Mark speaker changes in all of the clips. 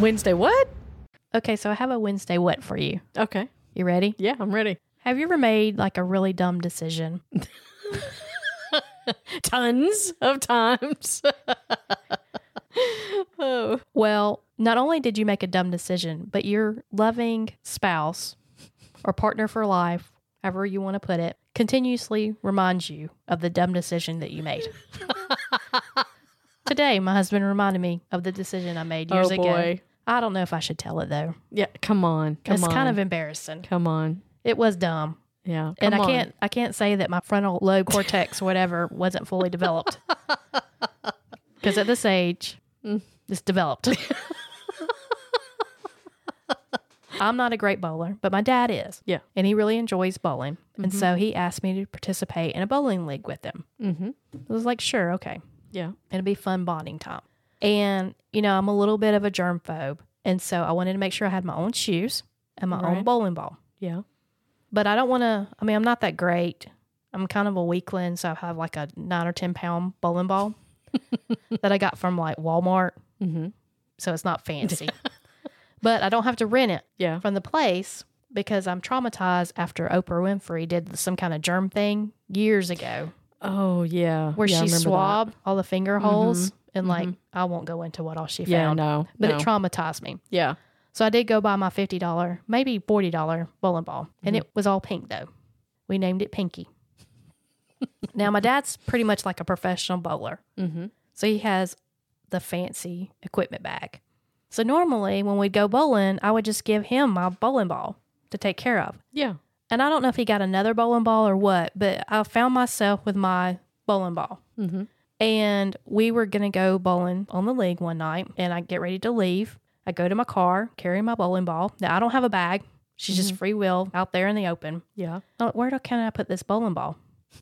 Speaker 1: Wednesday, what?
Speaker 2: Okay, so I have a Wednesday what for you.
Speaker 1: Okay.
Speaker 2: You ready?
Speaker 1: Yeah, I'm ready.
Speaker 2: Have you ever made like a really dumb decision?
Speaker 1: Tons of times. oh.
Speaker 2: Well, not only did you make a dumb decision, but your loving spouse or partner for life, however you want to put it, continuously reminds you of the dumb decision that you made. Today, my husband reminded me of the decision I made years
Speaker 1: oh
Speaker 2: ago.
Speaker 1: boy.
Speaker 2: I don't know if I should tell it though.
Speaker 1: Yeah, come on. Come
Speaker 2: it's
Speaker 1: on.
Speaker 2: kind of embarrassing.
Speaker 1: come on.
Speaker 2: It was dumb.
Speaker 1: Yeah.
Speaker 2: and I
Speaker 1: come on.
Speaker 2: can't I can't say that my frontal lobe cortex whatever wasn't fully developed because at this age
Speaker 1: Mm.
Speaker 2: it's developed. I'm not a great bowler, but my dad is.
Speaker 1: Yeah.
Speaker 2: and he really enjoys bowling, and so he asked me to participate in a bowling league with him.
Speaker 1: Mm-hmm.
Speaker 2: I was like, sure, okay,
Speaker 1: Yeah.
Speaker 2: it'll be fun bonding time. And you know, I'm a little bit of a germ phobe, and so I wanted to make sure I had my own shoes and my own
Speaker 1: Right.
Speaker 2: bowling ball
Speaker 1: Yeah.
Speaker 2: but I don't want to. I mean, I'm not that great. I'm kind of a weakling, so I have like a nine or ten pound bowling ball that I got from like Walmart.
Speaker 1: Mm-hmm.
Speaker 2: So it's not fancy, but I don't have to rent it
Speaker 1: Yeah.
Speaker 2: from the place because I'm traumatized after Oprah Winfrey did some kind of germ thing years ago
Speaker 1: Oh yeah.
Speaker 2: where
Speaker 1: Yeah, I remember that.
Speaker 2: she
Speaker 1: Mm-hmm.
Speaker 2: swabbed all the finger holes and like I won't go into what all she
Speaker 1: Yeah.
Speaker 2: found,
Speaker 1: No.
Speaker 2: but
Speaker 1: no.
Speaker 2: it traumatized me.
Speaker 1: yeah.
Speaker 2: So I did go buy my fifty dollar, maybe forty dollar bowling ball, and it was all pink though. We named it Pinky. now my dad's pretty much like a professional bowler,
Speaker 1: Mm-hmm.
Speaker 2: so he has the fancy equipment bag. So normally when we'd go bowling, I would just give him my bowling ball to take care of.
Speaker 1: Yeah.
Speaker 2: And I don't know if he got another bowling ball or what, but I found myself with my bowling ball
Speaker 1: Mm-hmm.
Speaker 2: and we were gonna go bowling on the league one night and i get ready to leave i go to my car carry my bowling ball now i don't have a bag she's just free will out there in the open
Speaker 1: Yeah.
Speaker 2: I'm like, where do, can i put this bowling ball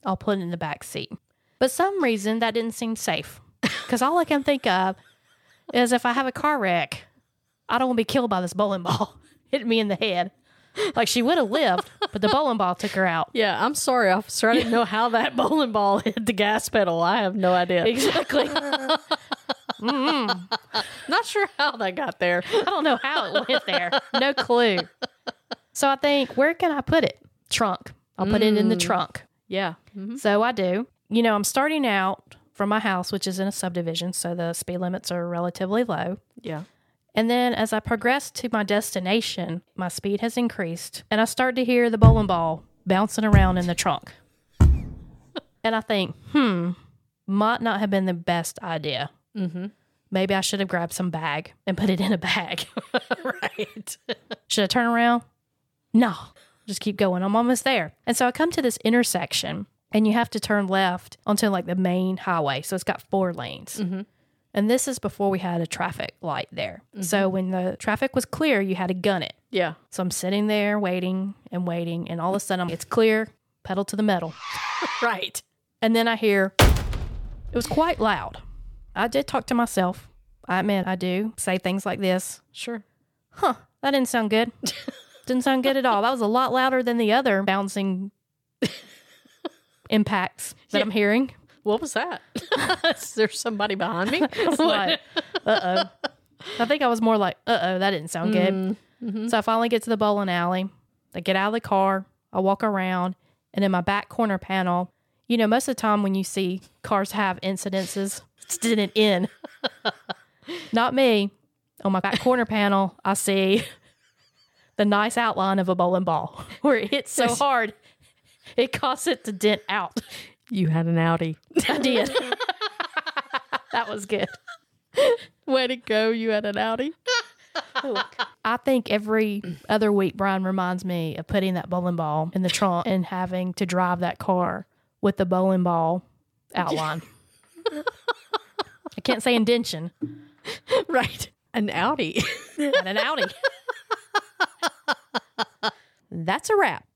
Speaker 2: i'll put it in the back seat but some reason that didn't seem safe because all i can think of is if i have a car wreck i don't want to be killed by this bowling ball hit me in the head like she would have lived but the bowling ball took her out
Speaker 1: Yeah. I'm sorry, officer. I didn't know how that bowling ball hit the gas pedal. I have no idea.
Speaker 2: exactly Mm-mm.
Speaker 1: Not sure how that got there.
Speaker 2: I don't know how it went there. No clue. So I think, where can I put it? Trunk. I'll put it in the trunk.
Speaker 1: Yeah. Mm. Mm-hmm.
Speaker 2: So I do. You know, I'm starting out from my house, which is in a subdivision, so the speed limits are relatively low.
Speaker 1: Yeah.
Speaker 2: And then as I progress to my destination, my speed has increased and I start to hear the bowling ball bouncing around in the trunk. and I think, hmm, might not have been the best idea.
Speaker 1: Mm-hmm.
Speaker 2: Maybe I should have grabbed some bag and put it in a bag.
Speaker 1: right.
Speaker 2: Should I turn around? No, just keep going. I'm almost there. And so I come to this intersection and you have to turn left onto like the main highway. So it's got four lanes.
Speaker 1: Mhm.
Speaker 2: And this is before we had a traffic light there. So when the traffic was clear, you had to gun it.
Speaker 1: Yeah.
Speaker 2: So I'm sitting there waiting and waiting. And all of a sudden, it's clear, pedal to the metal.
Speaker 1: Right.
Speaker 2: And then I hear it was quite loud. I did talk to myself. I admit I do say things like this
Speaker 1: Sure.
Speaker 2: huh, that didn't sound good. didn't sound good at all. That was a lot louder than the other bouncing impacts that I'm hearing.
Speaker 1: What was that? Is there somebody behind me?
Speaker 2: It's like, uh oh. I think I was more like, uh oh, that didn't sound good. So I finally get to the bowling alley. I get out of the car. I walk around, and in my back corner panel, you know, most of the time when you see cars have incidences, it didn't end. Not me. On my back corner panel, I see the nice outline of a bowling ball where it hits so hard, it caused it to dent out.
Speaker 1: You had an Audi.
Speaker 2: I did. that was good.
Speaker 1: Way to go. You had an Audi.
Speaker 2: I think every other week, Brian reminds me of putting that bowling ball in the trunk and having to drive that car with the bowling ball outline. I can't say indention
Speaker 1: Right. An Audi.
Speaker 2: and an Audi. That's a wrap.